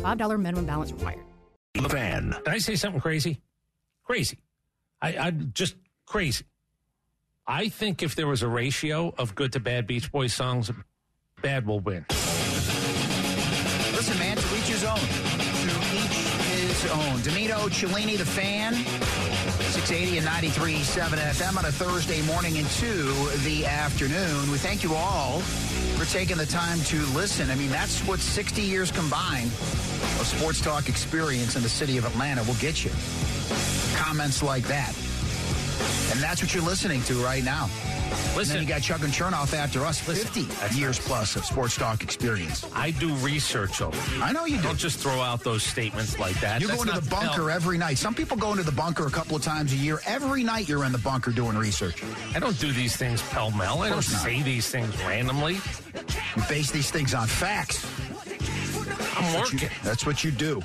$5 minimum balance required. The van. Did I say something crazy? Crazy. I, I just crazy. I think if there was a ratio of good to bad Beach Boys songs, bad will win. Listen, man, to each his own. To each his own. Domino Cellini, the fan. 680 and 93.7 FM on a Thursday morning into the afternoon. We thank you all for taking the time to listen. I mean, that's what 60 years combined of sports talk experience in the city of Atlanta will get you. Comments like that. And that's what you're listening to right now. Listen, you got Chuck and Chernoff after us. 50 years plus of sports talk experience. I do research over. it. I know you do. Don't just throw out those statements like that. You That's go into not the bunker help. eh? every night. Some people go into the bunker a couple of times a year. Every night you're in the bunker doing research. I don't do these things pell mell. I don't course not. say these things randomly. You base these things on facts. I'm working. That's what you do.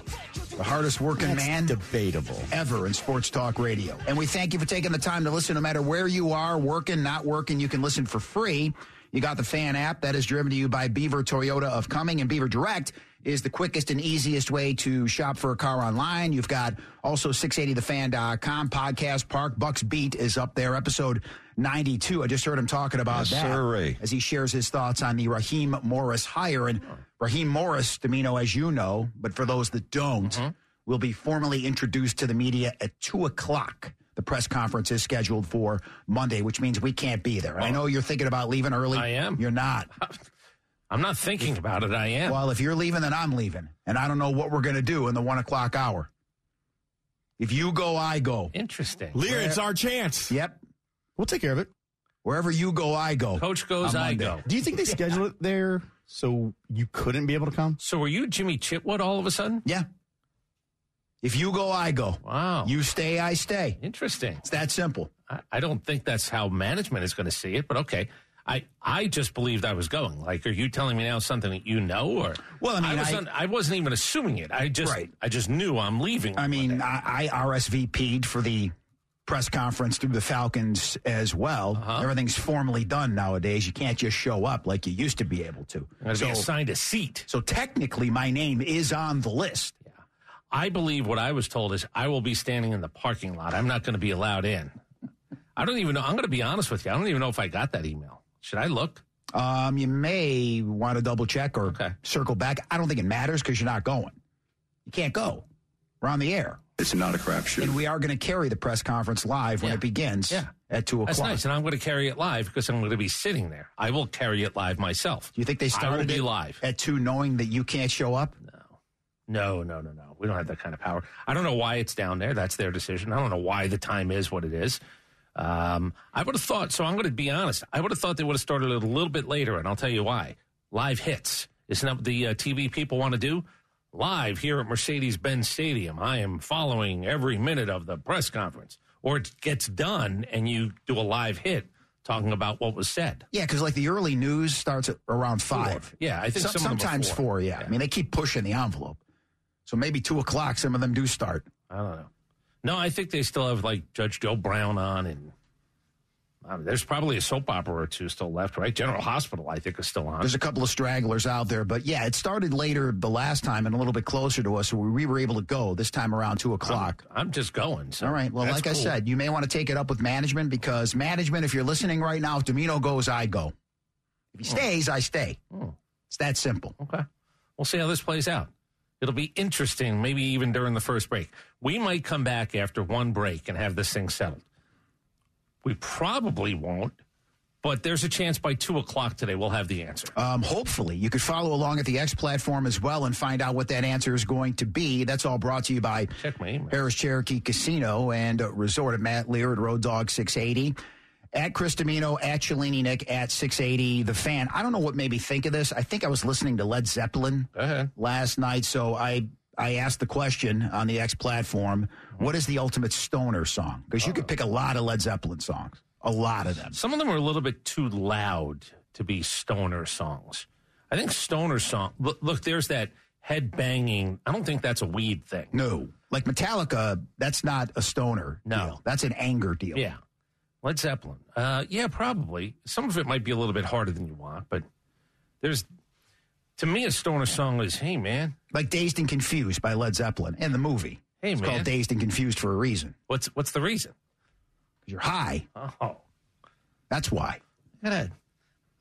The hardest working That's man debatable. ever in sports talk radio. And we thank you for taking the time to listen no matter where you are, working, not working. You can listen for free. You got the fan app that is driven to you by Beaver Toyota of Cumming and Beaver Direct is the quickest and easiest way to shop for a car online. You've got also 680thefan.com podcast park. Bucks Beat is up there. Episode 92. I just heard him talking about Yes, that sir, Ray. as he shares his thoughts on the Raheem Morris hire. And Raheem Morris, Domino, as you know, but for those that don't, Mm-hmm. will be formally introduced to the media at 2 o'clock. The press conference is scheduled for Monday, which means we can't be there. I know you're thinking about leaving early. Oh. I am. You're not. I'm not thinking about it. I am. Well, if you're leaving, then I'm leaving. And I don't know what we're going to do in the 1 o'clock hour. If you go, I go. Interesting. Lear, it's our chance. Yep. We'll take care of it. Wherever you go, I go. Coach goes, On I Monday. go. Do you think they scheduled it there so you couldn't be able to come? So were you Jimmy Chitwood all of a sudden? Yeah. If you go, I go. Wow. You stay, I stay. Interesting. It's that simple. I, I don't think that's how management is going to see it, but okay. I, I just believed I was going. Like, are you telling me now something that you know, or Well, I mean, was I- un- I wasn't even assuming it. I just, Right. I just knew I'm leaving. I mean, I, I RSVP'd for the press conference through the Falcons as well. Uh-huh. Everything's formally done nowadays. You can't just show up like you used to be able to. I'm going to So, be assigned a seat. so technically, my name is on the list. I believe what I was told is I will be standing in the parking lot. I'm not going to be allowed in. I don't even know. I'm going to be honest with you. I don't even know if I got that email. Should I look? Um, you may want to double check or Okay. circle back. I don't think it matters because you're not going. You can't go. We're on the air, It's not a crapshoot. and we are going to carry the press conference live when Yeah. it begins Yeah. at two o'clock. That's nice. And I'm going to carry it live because I'm going to be sitting there. I will carry it live myself. Do you think they I will started be it live. at two, knowing that you can't show up? No, no, no, no. We don't have that kind of power. I don't know why it's down there. That's their decision. I don't know why the time is what it is. Um, I would have thought, so I'm going to be honest. I would have thought they would have started it a little bit later, and I'll tell you why. Live hits. Isn't that what the uh, TV people want to do? Live here at Mercedes Benz Stadium. I am following every minute of the press conference. Or it gets done, and you do a live hit talking about what was said. Yeah, because like the early news starts at around five. Yeah, I think Some- some of them are sometimes four. four. yeah. I mean, they keep pushing the envelope. So maybe two o'clock. Some of them do start. I don't know. No, I think they still have like Judge Joe Brown on, and I mean, there's probably a soap opera or two still left, right? General Hospital, I think, is still on. There's a couple of stragglers out there, but yeah, it started later the last time and a little bit closer to us, so we were able to go this time around two o'clock. I'm just going. So All right. Well, that's like I cool. said, you may want to take it up with management because management, if you're listening right now, if Domino goes, I go. If Oh. he stays, I stay. It's that simple. okay, we'll see how this plays out. It'll be interesting, maybe even during the first break. We might come back after one break and have this thing settled. We probably won't, but there's a chance by two o'clock today we'll have the answer. Um, hopefully, you could follow along at the X platform as well and find out what that answer is going to be. That's all brought to you by Check my email. Harris Cherokee Casino and Resort at Matt Lear at Road Dog 680. at Chris Domino, at Cellini Nick, at 680 The Fan. I don't know what made me think of this. I think I was listening to Led Zeppelin Go ahead. last night, so I I asked the question on the X platform: What is the ultimate stoner song? Because you Oh. could pick a lot of Led Zeppelin songs, a lot of them. Some of them are a little bit too loud to be stoner songs. I think stoner song. Look, look there's that head banging. I don't think that's a weed thing. No, like Metallica, that's not a stoner. No. deal. that's an anger deal. Yeah. Led Zeppelin. Uh, yeah, probably. Some of it might be a little bit harder than you want, but there's, to me, a stoner song is, hey, man, like Dazed and Confused by Led Zeppelin and the movie. Hey, it's man. called Dazed and Confused for a reason. what's what's the reason? 'Cause you're high. Oh, look That's why. at that.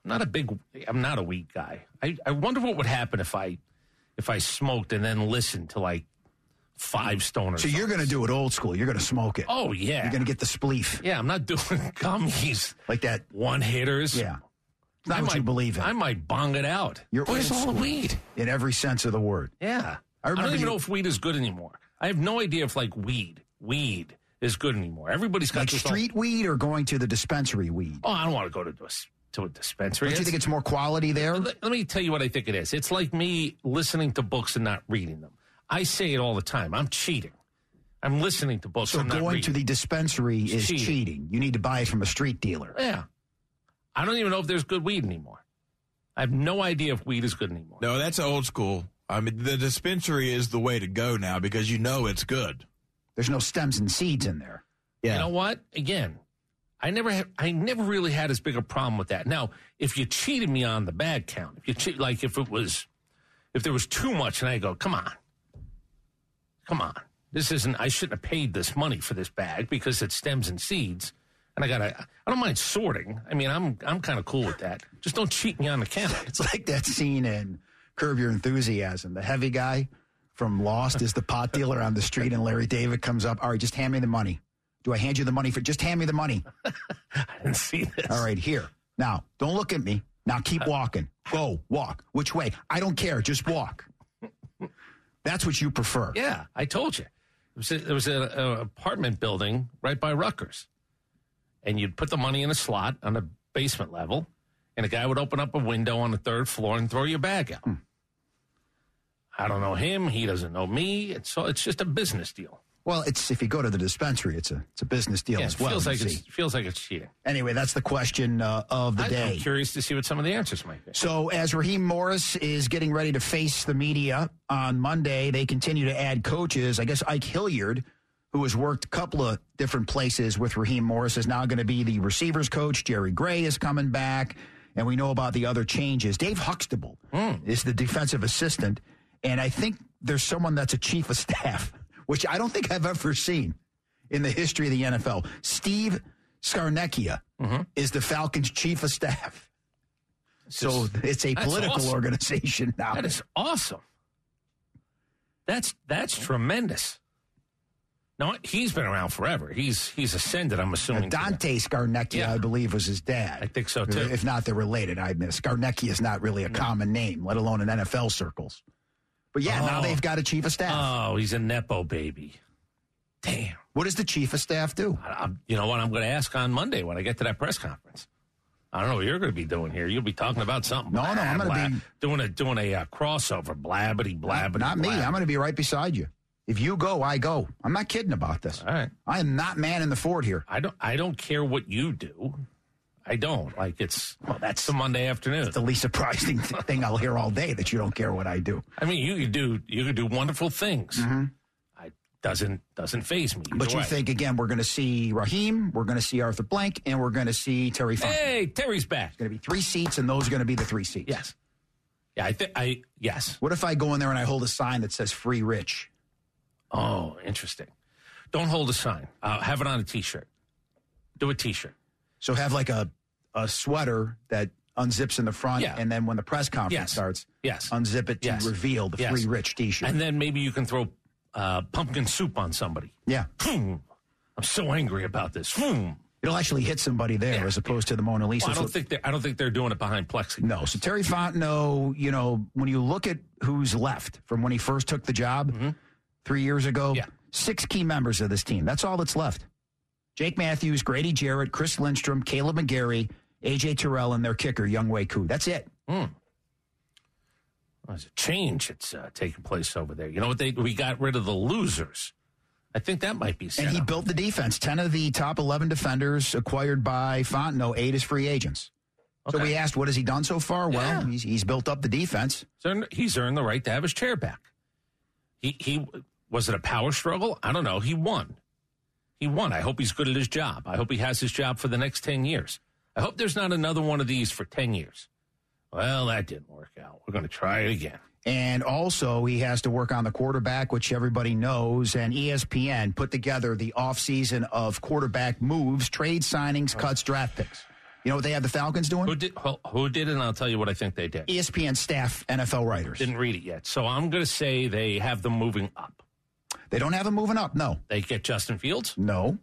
I'm not a big, I'm not a weed guy. I, I wonder what would happen if I, if I smoked and then listened to like five stoner So songs. you're going to do it old school. You're going to smoke it. Oh, yeah. You're going to get the spleef yeah, I'm not doing gummies, like that. one hitters. Yeah. It's not I what might you believe in. I might bong it out. You're Where's old all the school. weed? in every sense of the word. Yeah. I I, remember don't even you- know if weed is good anymore. I have no idea if like weed, weed is good anymore. Everybody's got Like this street weed or going to the dispensary weed. All, oh, I don't want to go to this to a dispensary. Don't you It's- think it's more quality there? let, let me tell you what I think it is. It's like me listening to books and not reading them. I say it all the time. I'm cheating. I'm listening to books. So I'm not going to reading. the dispensary is cheating. cheating. You need to buy it from a street dealer. yeah. I don't even know if there's good weed anymore. I have no idea if weed is good anymore. No, that's old school. I mean, the dispensary is the way to go now because you know it's good. There's no stems and seeds in there. Yeah. You know what? Again, I never had, I never really had as big a problem with that. Now, if you cheated me on the bag count, if you cheat, like if it was, if there was too much, and I go, come on, come on, this isn't. I shouldn't have paid this money for this bag because it's stems and seeds, and I gotta. I don't mind sorting. I mean, I'm I'm kind of cool with that. Just don't cheat me on the count. It's like that scene in Curb Your Enthusiasm. The heavy guy from Lost is the pot dealer on the street, and Larry David comes up. All right, just hand me the money. Do I hand you the money for? Just hand me the money. I didn't see this. All right, here. Now, don't look at me. Now keep walking. Go, walk. Which way? I don't care. Just walk. That's what you prefer. Yeah, I told you. It was a, there was an apartment building right by Rutgers, and you'd put the money in a slot on the basement level, and a guy would open up a window on the third floor and throw your bag out. Hmm. I don't know him. He doesn't know me. It's so it's just a business deal. Well, it's if you go to the dispensary, it's a it's a business deal Yeah, it as well. feels you like see. it's feels like it's cheating. Anyway, that's the question uh, of the I, day. I'm curious to see what some of the answers might be. So, as Raheem Morris is getting ready to face the media on Monday, they continue to add coaches. I guess Ike Hilliard, who has worked a couple of different places with Raheem Morris, is now going to be the receivers coach. Jerry Gray is coming back. And we know about the other changes. Dave Huxtable is the defensive assistant. And I think there's someone that's a chief of staff, which I don't think I've ever seen in the history of the NFL. Steve Scarnecchia is the Falcons' chief of staff. So it's a That's political awesome. organization now. That is awesome. That's that's tremendous. No, he's been around forever. He's he's ascended. I'm Uh, assuming. to the- Dante Scarnecchia, Yeah. I believe, was his dad. I think so, too. If not, they're related. I miss Scarnecchia is not really a common name, let alone in NFL circles. But yeah, now Oh. they've got a chief of staff. Oh, he's a nepo baby. Damn. what does the chief of staff do? I, I'm- you know what? I'm going to ask on Monday when I get to that press conference. I don't know what you're going to be doing here. You'll be talking about something. No, no, I'm gonna be- doing a doing a uh, crossover. Blabbity blabbity. not me. I'm going to be right beside you. If you go, I go. I'm not kidding about this. All right. I am not man in the fort here. I don't. I don't care what you do. I don't like it's. Well, that's the Monday afternoon. The least surprising thing I'll hear all day that you don't care what I do. I mean, you could do you could do wonderful things. I doesn't doesn't phase me. either Mm-hmm. But you way. think again, we're going to see Raheem, we're going to see Arthur Blank, and we're going to see Terry Funk. Hey, Terry's back. going to be three seats, and those are going to be the three seats. Yes. Yeah. I think. I yes. What if I go in there and I hold a sign that says "Free Rich"? Oh, interesting. Don't hold a sign. Uh, have it on a T-shirt. Do a T-shirt. So have like a a sweater that unzips in the front, Yeah. and then when the press conference Yes. starts, Yes. unzip it to Yes. reveal the Yes. "Free Rich" T-shirt. And then maybe you can throw uh, pumpkin soup on somebody. yeah, Boom. I'm so angry about this. Boom. it'll actually hit somebody there Yeah. as opposed to the Mona Lisa. Well, I So- don't think they're. I don't think they're doing it behind plexi. no, so Terry Fontenot, you know, when you look at who's left from when he first took the job three years ago, Mm-hmm. Yeah. six key members of this team. That's all that's left. Jake Matthews, Grady Jarrett, Chris Lindstrom, Caleb McGarry, AJ Terrell, and their kicker, Young Wei Koo. That's it. There's a change that's uh, taking place over there. You know what? They we got rid of the losers. I think that might be. Set And he up. built the defense. 10 of the top 11 defenders acquired by Fontenot, eight as free agents. So Okay. we asked, what has he done so far? Well, Yeah. he's, he's built up the defense. He's earned, he's earned the right to have his chair back. He he was it a power struggle? I don't know. He won. He won. I hope he's good at his job. I hope he has his job for the next ten years. I hope there's not another one of these for ten years. Well, that didn't work out. We're going to try it again. And also, he has to work on the quarterback, which everybody knows. And E ESPN put together the offseason of quarterback moves, trade signings, cuts, draft picks. You know what they have the Falcons Who doing? E did who, who did it? And I'll tell you what I think they did. ESPN staff, NFL writers. Didn't read it yet, so I'm going to say they have them moving up. They don't have him moving up. No, They get Justin Fields. no,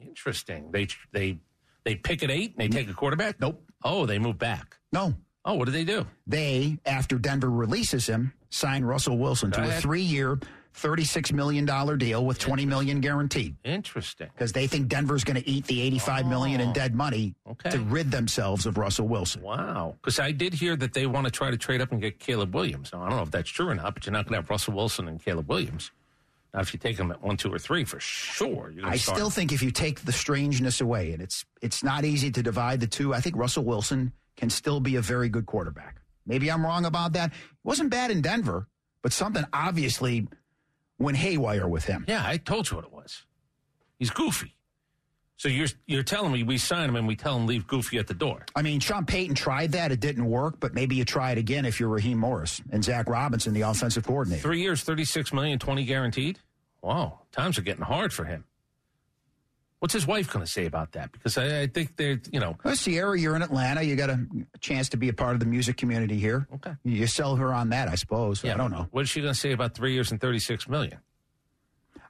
Interesting. They they they pick at eight and they take a quarterback. Nope. Oh, they move back. no. Oh, what do they do? They, after Denver releases him, sign Russell Wilson to Go a ahead. three-year, thirty-six million dollar deal with twenty million guaranteed. Interesting. Because they think Denver's going to eat the eighty-five million in dead money Oh. Okay. to rid themselves of Russell Wilson. Wow. Because I did hear that they want to try to trade up and get Caleb Williams. Now, I don't know if that's true or not, but you're not going to have Russell Wilson and Caleb Williams. Now, if you take them at one, two, or three, for sure. You're gonna I start- still think if you take the strangeness away, and it's it's not easy to divide the two. I think Russell Wilson can still be a very good quarterback. Maybe I'm wrong about that. Wasn't bad in Denver, but something obviously went haywire with him. Yeah, I told you what it was. He's goofy. So you're you're telling me we sign him and we tell him leave Goofy at the door. I mean, Sean Payton tried that; it didn't work. But maybe you try it again if you're Raheem Morris and Zach Robinson, the offensive coordinator. Three years, thirty six million, twenty guaranteed. Wow, times are getting hard for him. What's his wife going to say about that? Because I, I think they're you know Well, Sierra, you're in Atlanta. You got a chance to be a part of the music community here. Okay. You sell her on that, I suppose. I don't know. What is she going to say about three years and thirty six million?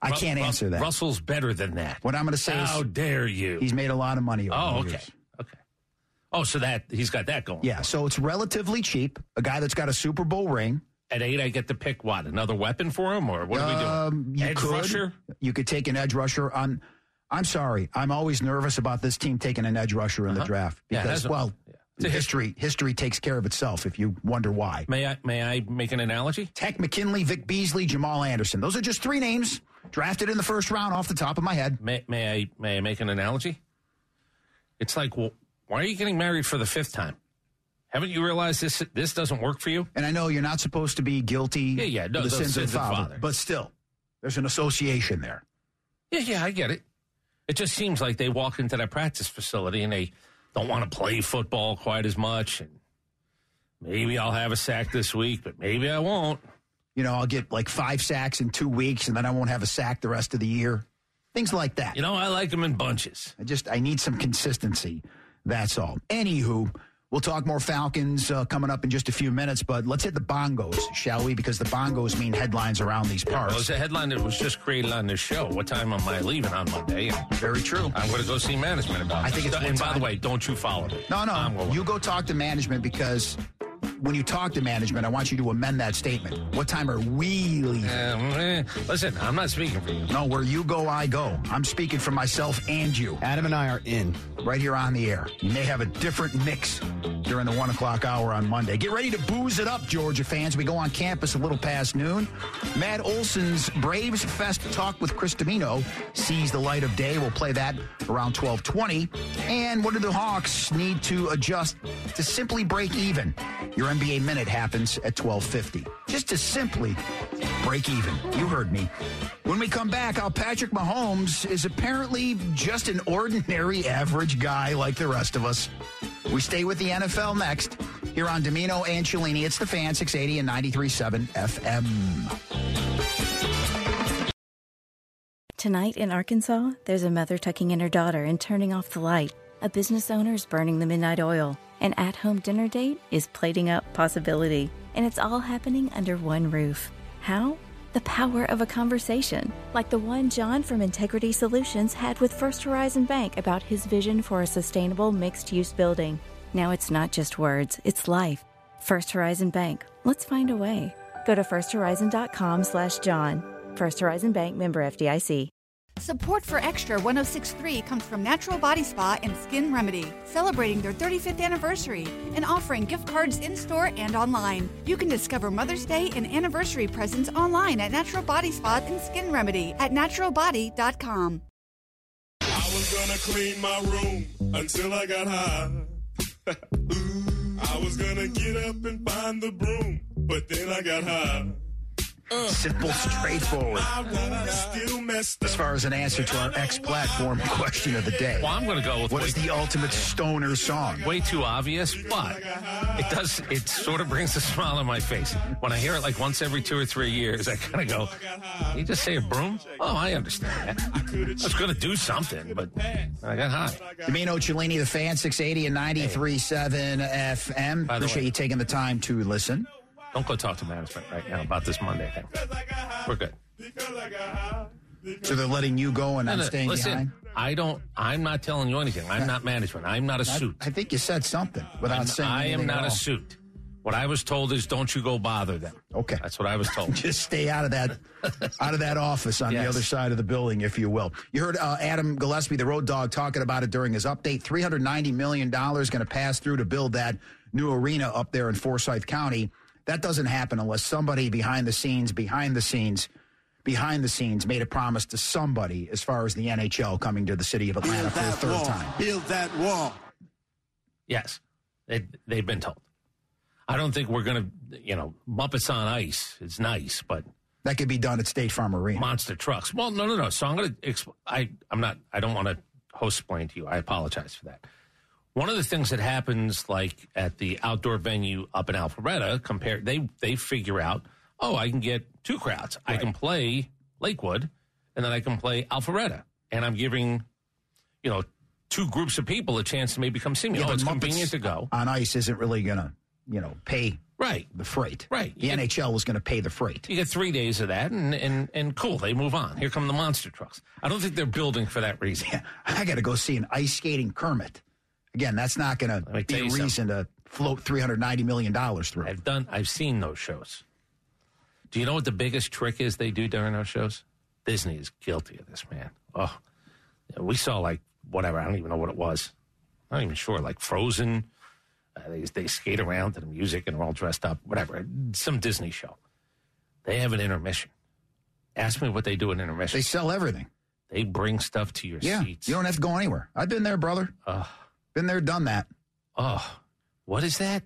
I Ru- can't Ru- answer that. Russell's better than that. What I'm going to say How is dare you? he's made a lot of money. Over oh, the okay, years. okay. Oh, so that he's got that going. Yeah, so it's relatively cheap. A guy that's got a Super Bowl ring. At eight, I get to pick what another weapon for him, or what are we Um, doing? you Edge could rusher. you could take an edge rusher on. I'm sorry, I'm always nervous about this team taking an edge rusher in the draft Uh-huh. Yeah, because, that's a- well, yeah. It's a history history takes care of itself. If you wonder why, May I may I make an analogy? Tech McKinley, Vic Beasley, Jamal Anderson. Those are just three names drafted in the first round off the top of my head. May, may I may I make an analogy? It's like, well, why are you getting married for the fifth time? Haven't you realized this this doesn't work for you? And I know you're not supposed to be guilty Yeah, yeah, no, of the those sins, of sins of father, father. but still, there's an association there. Yeah, yeah, I get it. It just seems like they walk into that practice facility and they don't want to play football quite as much. And maybe I'll have a sack this week, but maybe I won't. You know, I'll get like five sacks in two weeks, and then I won't have a sack the rest of the year. Things like that. You know, I like them in bunches. I just I need some consistency. That's all. Anywho, we'll talk more Falcons uh, coming up in just a few minutes, but let's hit the bongos, shall we? Because the bongos mean headlines around these Well, parts. there's a headline that was just created on this show. What time am I leaving on Monday? And Very true. I'm going to go see management about I this. think it's And what by time- the way, don't you follow me. No, I'm no. going- You go talk to management because when you talk to management, I want you to amend that statement. What time are we leaving? Um, eh, listen, I'm not speaking for you. No, where you go, I go. I'm speaking for myself and you Adam and I are in. right here on the air. You may have a different mix during the one o'clock hour on Monday. Get ready to booze it up, Georgia fans. We go on campus a little past noon. Matt Olson's Braves Fest talk with Chris Domino sees the light of day. We'll play that around twelve twenty. And what do the Hawks need to adjust to simply break even? Your NBA minute happens at twelve fifty. Just to simply break even. You heard me. When we come back, how Patrick Mahomes is apparently just an ordinary average guy like the rest of us. We stay with the NFL next here on Domino and Cellini. It's the fan 680 and 93.7 FM. Tonight in Arkansas, there's a mother tucking in her daughter and turning off the light. A business owner is burning the midnight oil. An at home dinner date is plating up possibility. And it's all happening under one roof. How? The power of a conversation, like the one John from Integrity Solutions had with First Horizon Bank about his vision for a sustainable mixed use building. Now it's not just words, it's life. First Horizon Bank, let's find a way. Go to firsthorizon.com slash John. First Horizon Bank member FDIC. Support for Extra 1063 comes from Natural Body Spa and Skin Remedy, celebrating their 35th anniversary and offering gift cards in store and online. You can discover Mother's Day and anniversary presents online at Natural Body Spa and Skin Remedy at naturalbody.com. I was gonna clean my room until I got high. Ooh, I was gonna get up and find the broom, but then I got high. Simple, straightforward. I wanna still messed As up. far as an answer to our X platform question of the day, Well, I'm going to go with what way, is the ultimate stoner song? way too obvious, but it does. It sort of brings a smile on my face when I hear it like once every two or three years. I kind of go, "You just say a broom? Oh, I understand that. I was going to do something, but I got high." Domino Cellini, the fan, 680 and 93.7 FM. By the Appreciate way- you taking the time to listen. Don't go talk to management right now about this Monday thing. We're good. So they're letting you go and I'm No, no, staying listen, behind. I don't. I'm not telling you anything. I'm not management. I'm not a suit. I think you said something without saying I am anything at not a all. suit. What I was told is, don't you go bother them. Okay. That's what I was told. Just stay out of that, out of that office on the Yes. other side of the building, if you will. You heard uh, Adam Gillespie, the road dog, talking about it during his update. Three hundred ninety million dollars going to pass through to build that new arena up there in Forsyth County. That doesn't happen unless somebody behind the scenes, behind the scenes, behind the scenes, made a promise to somebody as far as the NHL coming to the city of Atlanta for a third time. Build that wall. Yes, they, they've been told. I don't think we're going to, you know, Muppets on Ice is nice, but That could be done at State Farm Arena. monster trucks. Well, no, no, no. So I'm going to, exp- I, I'm not, I don't want to host explain to you. I apologize for that. One of the things that happens, like at the outdoor venue up in Alpharetta, compared, they, they figure out, oh, I can get two crowds. I can play Lakewood and then I can play Alpharetta. And I'm giving, you know, two groups of people a chance to maybe come see me. Yeah, oh, but it's Muppets- convenient to go. On ice isn't really going to, you know, pay Right. the freight. Right. The NHL was going to pay the freight. You get three days of that, and, and, and cool, they move on. Here come the monster trucks. I don't think they're building for that reason. Yeah, I got to go see an ice skating Kermit. Again, that's not going me to be tell a you something. reason to float three hundred ninety million dollars through. I've done, I've seen those shows. Do you know what the biggest trick is they do during those shows? Disney is guilty of this, man. Oh, yeah, we saw like whatever. I don't even know what it was. I'm not even sure. Like Frozen. Uh, they they skate around to the music and are all dressed up. Whatever. Some Disney show. They have an intermission. Ask me what they do in intermission. They sell everything. They, bring stuff to your Yeah, seats. you don't have to go anywhere. I've been there, brother. Ugh. Been there, done that. Oh, what is that?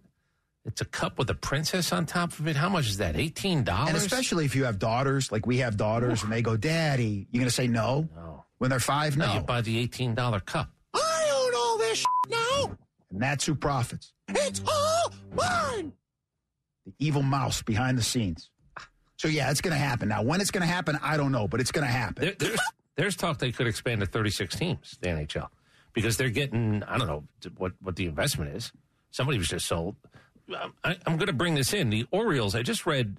It's a cup with a princess on top of it. How much is that? Eighteen And dollars. especially if you have daughters, like we have daughters, and they go, "Daddy," you're going to say no no, when they're five. no, you No, buy the eighteen dollar cup. I own all this sh- now. and that's who profits. It's all mine. The evil mouse behind the scenes. So yeah, it's going to happen. Now, when it's going to happen, I don't know, but it's going to happen. There, there's there's talk they could expand to thirty six teams, the NHL, because they're getting I don't know what what the investment is. Somebody was just sold. Um, I, I'm going to bring this in. The Orioles. I just read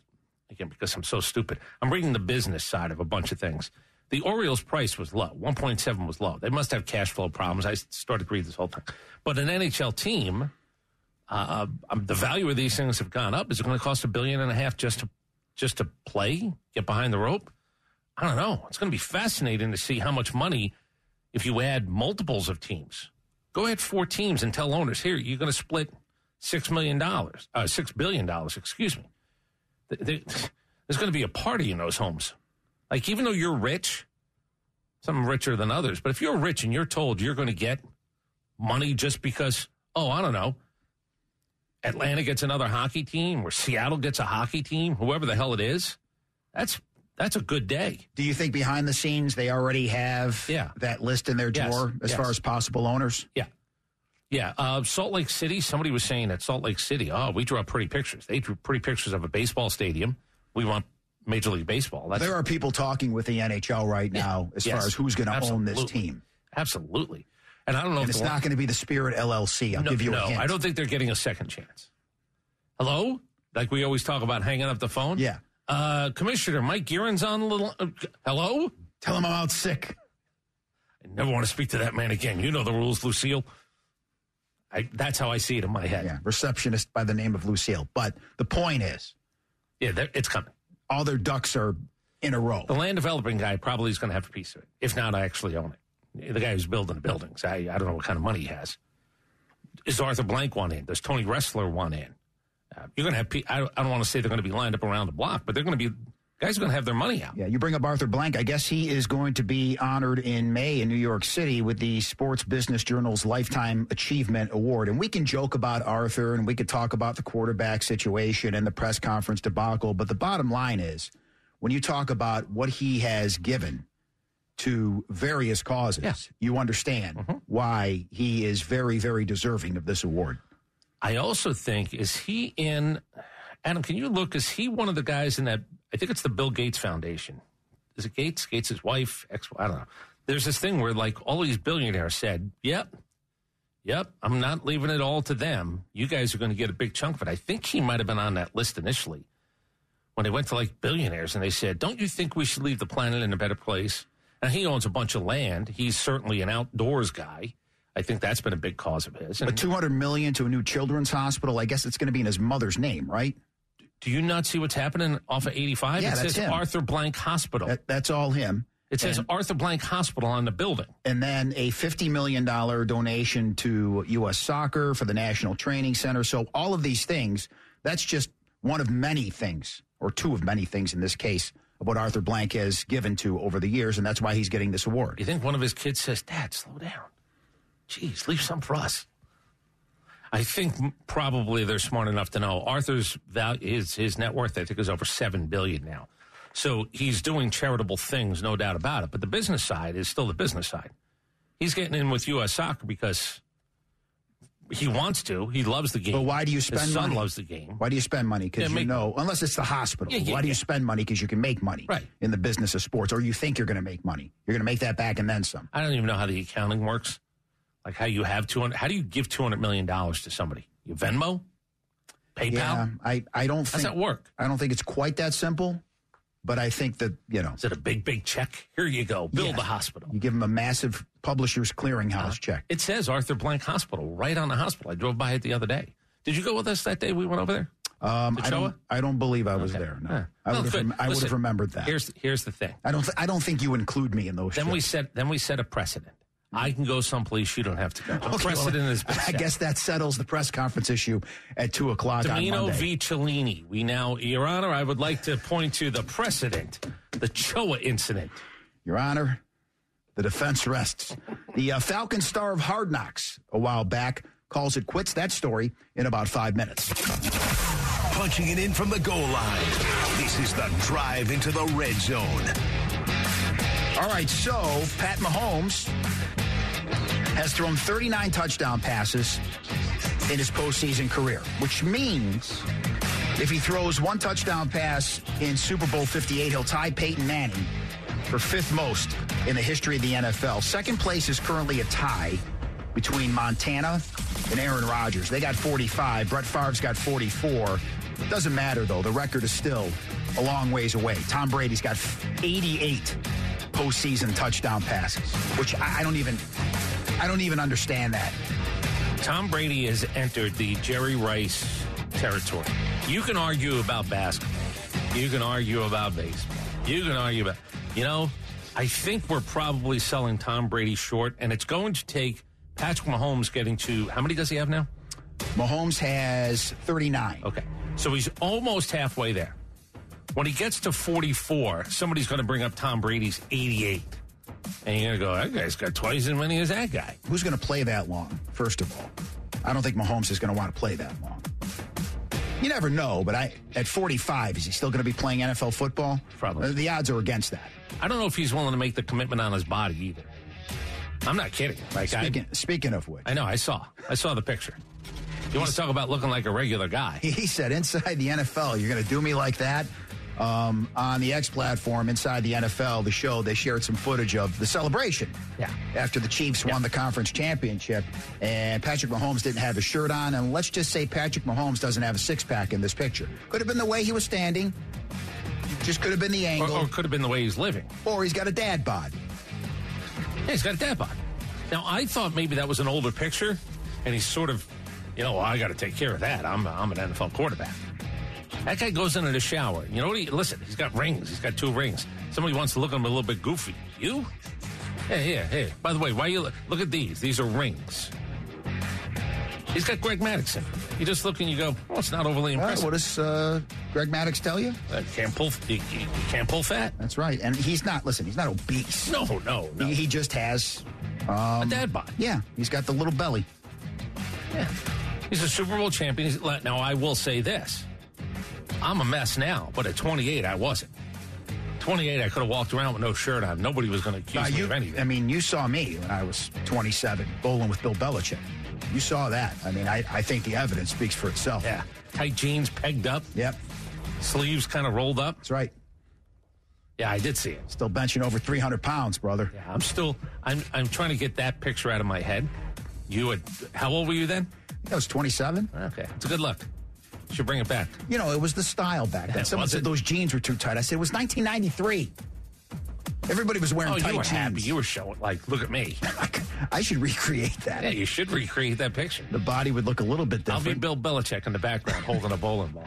again because I'm so stupid. I'm reading the business side of a bunch of things. The Orioles' price was low. 1.7 was low. They must have cash flow problems. I started to read this whole thing. But an NHL team, uh, um, the value of these things have gone up. Is it going to cost a billion and a half just to just to play, get behind the rope? I don't know. It's going to be fascinating to see how much money if you add multiples of teams. Go add four teams and tell owners here you're going to split six million dollars, uh, six billion dollars. Excuse me. Th- th- There's going to be a party in those homes. Like even though you're rich, some richer than others, but if you're rich and you're told you're going to get money just because, oh, I don't know, Atlanta gets another hockey team or Seattle gets a hockey team, whoever the hell it is, that's that's a good day. Do you think behind the scenes they already have Yeah. that list in their Yes, drawer as yes. far as possible owners? Yeah, uh, Salt Lake City. Somebody was saying at Salt Lake City, oh, we draw pretty pictures. They drew pretty pictures of a baseball stadium. We want Major League Baseball. That's there are people talking with the NHL right now as Yes. far as who's going to own this Absolutely. team. absolutely. And I don't know And if it's the- not going to be the Spirit LLC. I'll no, give you no, a hint. I don't think they're getting a second chance. Hello, like we always talk about hanging up the phone. Yeah. uh, Commissioner Mike Guerin's on a little. Uh, hello, Tell him I'm out sick. I never want to speak to that man again. You know the rules, Lucille. I, that's how I see it in my head. Yeah, receptionist by the name of Lucille. But the point is, Yeah, yeah it's coming. all their ducks are in a row. The land developing guy probably is going to have a piece of it. If not, I actually own it. The guy who's building the buildings. I, I don't know what kind of money he has. Is Arthur Blank one in? Does Tony Wrestler one in? Uh, you're going to have. Pe- I, don't- I don't want to say they're going to be lined up around the block, but they're going to be guys are going to have their money out. Yeah, you bring up Arthur Blank. I guess he is going to be honored in May in New York City with the Sports Business Journal's Lifetime Achievement Award. And we can joke about Arthur and we could talk about the quarterback situation and the press conference debacle. But the bottom line is when you talk about what he has given to various causes, Yeah. you understand why he is very, very deserving of this award. I also think is he in? Adam, can you look? Is he one of the guys in that? I think it's the Bill Gates Foundation. Is it Gates? Gates' wife? Ex? I don't know. There's this thing where like all these billionaires said, "Yep, yep, I'm not leaving it all to them. You guys are going to get a big chunk of it." I think he might have been on that list initially when they went to like billionaires and they said, "Don't you think we should leave the planet in a better place?" Now he owns a bunch of land. He's certainly an outdoors guy. I think that's been a big cause of his. But 200 million to a new children's hospital, I guess it's going to be in his mother's name, right? Do you not see what's happening off of 85? Yeah, it that's says him. Arthur Blank Hospital. That, that's all him. it says Arthur Blank Hospital on the building. and then a $50 million donation to U.S. soccer for the National Training Center. So, all of these things, that's just one of many things, or two of many things in this case, of what Arthur Blank has given to over the years. And that's why he's getting this award. You think one of his kids says, Dad, slow down. Jeez, leave some for us. I think m- probably they're smart enough to know Arthur's value, his, his net worth, I think, is over $7 billion now. So he's doing charitable things, no doubt about it. But the business side is still the business side. He's getting in with U.S. soccer because he wants to. He loves the game. But why do you His spend son money? loves the game. Why do you spend money? Yeah, Because you make- know, unless it's the hospital. Yeah, yeah, why do you yeah. spend money? Because you can make money Right. in the business of sports, or you think you're going to make money. You're going to make that back and then some. I don't even know how the accounting works. Like how you have 200 how do you give 200 million dollars to somebody? You Venmo? PayPal? Yeah, I, I don't How's think that work? I don't think it's quite that simple, but I think that you know Is it a big big check? Here you go. Build Yeah. the hospital. You give them a massive publisher's clearinghouse check. Uh-huh. It says Arthur Blank Hospital right on the hospital. I drove by it the other day. Did you go with us that day we went over there? Um, Did I, Shoah? don't, I don't believe I was there. No, Huh. I No, would have. good. Rem- I would have Listen, remembered that. Here's here's the thing. I don't. Th- I don't think you include me in those. Then we shows. set then we set a precedent. I can go someplace you don't have to go. The Okay, well, precedent is I guess that settles the press conference issue at two o'clock on Domino Monday. v. Cellini. We now, Your Honor, I would like to point to the precedent, the Choa incident. Your Honor, the defense rests. the uh, Falcon star of Hard Knocks a while back calls it quits. That story in about five minutes. Punching it in from the goal line. This is the drive into the red zone. All right, so Pat Mahomes has thrown 39 touchdown passes in his postseason career, which means if he throws one touchdown pass in Super Bowl 58, he'll tie Peyton Manning for fifth most in the history of the NFL. Second place is currently a tie between Montana and Aaron Rodgers. They got 45. Brett Favre's got 44. Doesn't matter, though. The record is still a long ways away. Tom Brady's got 88 postseason touchdown passes, which I, I don't even. I don't even understand that. Tom Brady has entered the Jerry Rice territory. You can argue about basketball. You can argue about baseball. You can argue about, you know, I think we're probably selling Tom Brady short, and it's going to take Patrick Mahomes getting to how many does he have now? Mahomes has 39. Okay. So he's almost halfway there. When he gets to 44, somebody's going to bring up Tom Brady's 88. And you're going to go, that guy's got twice as many as that guy. Who's going to play that long, first of all? I don't think Mahomes is going to want to play that long. You never know, but I at 45, is he still going to be playing NFL football? Probably. Uh, The odds are against that. I don't know if he's willing to make the commitment on his body either. I'm not kidding. Like Speaking, speaking of which, I, I know, I saw, I saw the picture. You want to talk about looking like a regular guy? he said, inside the NFL, you're going to do me like that? Um, on the X platform, Inside the NFL, the show, they shared some footage of the celebration. Yeah. After the Chiefs won the conference championship, and Patrick Mahomes didn't have his shirt on. And let's just say Patrick Mahomes doesn't have a six pack in this picture. Could have been the way he was standing, just could have been the Or, angle, or it could have been the way he's living. or he's got a dad bod. Yeah, he's got a dad bod. Now I thought maybe that was an older picture, and he's sort of, you know, I got to take care of that. I'm I'm an NFL quarterback. That guy goes into the shower. You know what? He, listen, he's got rings. He's got two rings. Somebody wants to look at him a little bit goofy. You? Hey, yeah, hey. By the way, why you look, look at these? These are rings. He's got Greg Maddox. in. You just look and you go, well, it's not overly All right, impressive. what does uh, Greg Maddox tell you? Uh, can't pull, you, you- you can't pull fat. That's right. And he's not, listen, he's not obese. No, no, no. He, he just has, a dad bod. yeah, he's got the little belly. He's a Super Bowl champion. He's- Now, I will say this I'm a mess now, but at 28, I wasn't. 28, I could have walked around with no shirt on. Nobody was going to accuse Uh, me you, of anything. I mean, you saw me when I was 27 bowling with Bill Belichick. You saw that. I mean, I, I think the evidence speaks for itself. yeah. Tight jeans pegged up, Yep, sleeves kind of rolled up. that's right. Yeah, I did see it. Still benching over 300 pounds, brother. Yeah, I'm still, I'm, I'm trying to get that picture out of my head. You had, how old were you then? That was 27. Okay. It's a good look. Should bring it back. You know, it was the style back then. It Someone said wasn't- those jeans were too tight. I said it was 1993. Everybody was wearing Oh, tight you were jeans. happy. You were showing, like, look at me. I should recreate that. Yeah, you should recreate that picture. The body would look a little bit I'll be different. Bill Belichick in the background holding a bowling ball.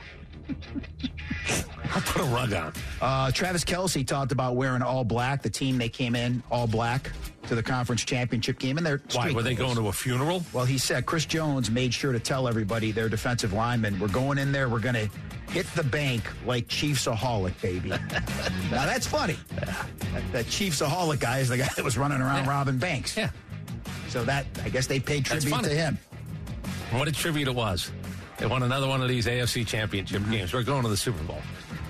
I'll put a rug on. Uh, Travis Kelsey talked about wearing all black. The team they came in all black to the conference championship game, and they're Why? street Were they clothes. going to a funeral? Well, he said Chris Jones made sure to tell everybody their defensive linemen, we're going in there, we're going to hit the bank like Chiefsaholic, baby. now that's funny. That, that Chiefsaholic guy is the guy that was running around Yeah. robbing banks. Yeah. So that I guess they paid That's tribute to funny. him. What a tribute it was. They won another one of these AFC championship games. We're going to the Super Bowl.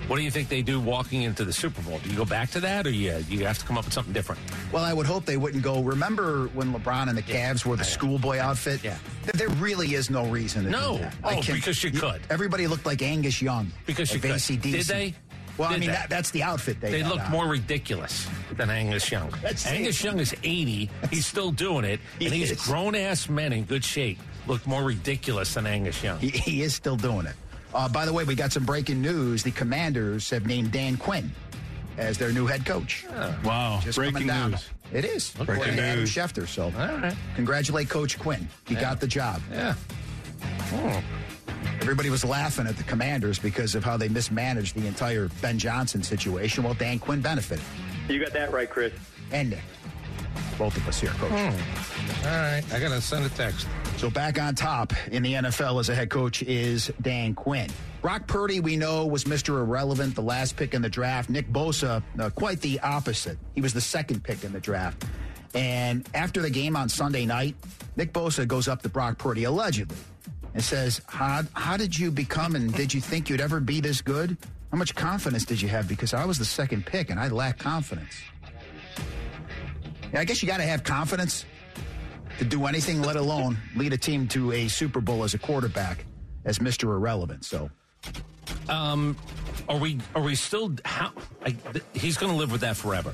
What do you think they do walking into the Super Bowl? Do you go back to that or you, you have to come up with something different? Well, I would hope they wouldn't go. Remember when LeBron and the Cavs wore the schoolboy outfit? Yeah. Th- There really is no reason to No. do that. Oh, I can't- because you could. Everybody looked like Angus Young. Because you of could. ACDC. Did they? Well, I Did mean, they? that, that's the outfit they They got looked on. more ridiculous than Angus Young. That's it. Angus Young is 80. He's still doing it. And He these is. grown ass men in good shape look more ridiculous than Angus Young. He, he is still doing it. Uh, by the way, we got some breaking news. The Commanders have named Dan Quinn as their new head coach. Wow. Just coming Breaking down. news. It is. According to Adam news. Schefter. So All right. congratulate Coach Quinn. He got the job. Yeah. Everybody was laughing at the Commanders because of how they mismanaged the entire Ben Johnson situation. Well, Dan Quinn benefited. You got that right, Chris. And uh, Nick. Both of us here, Coach. All right. I got to send a text. So back on top in the NFL as a head coach is Dan Quinn. Brock Purdy, we know, was Mr. Irrelevant, the last pick in the draft. Nick Bosa, uh, quite the opposite. He was the second pick in the draft. And after the game on Sunday night, Nick Bosa goes up to Brock Purdy, allegedly, and says, how, how did you become and did you think you'd ever be this good? How much confidence did you have? Because I was the second pick and I lack confidence. Yeah, I guess you got to have confidence to do anything, let alone lead a team to a Super Bowl as a quarterback, as Mr. Irrelevant. So Um, Are we are we still how I, th- he's going to live with that forever?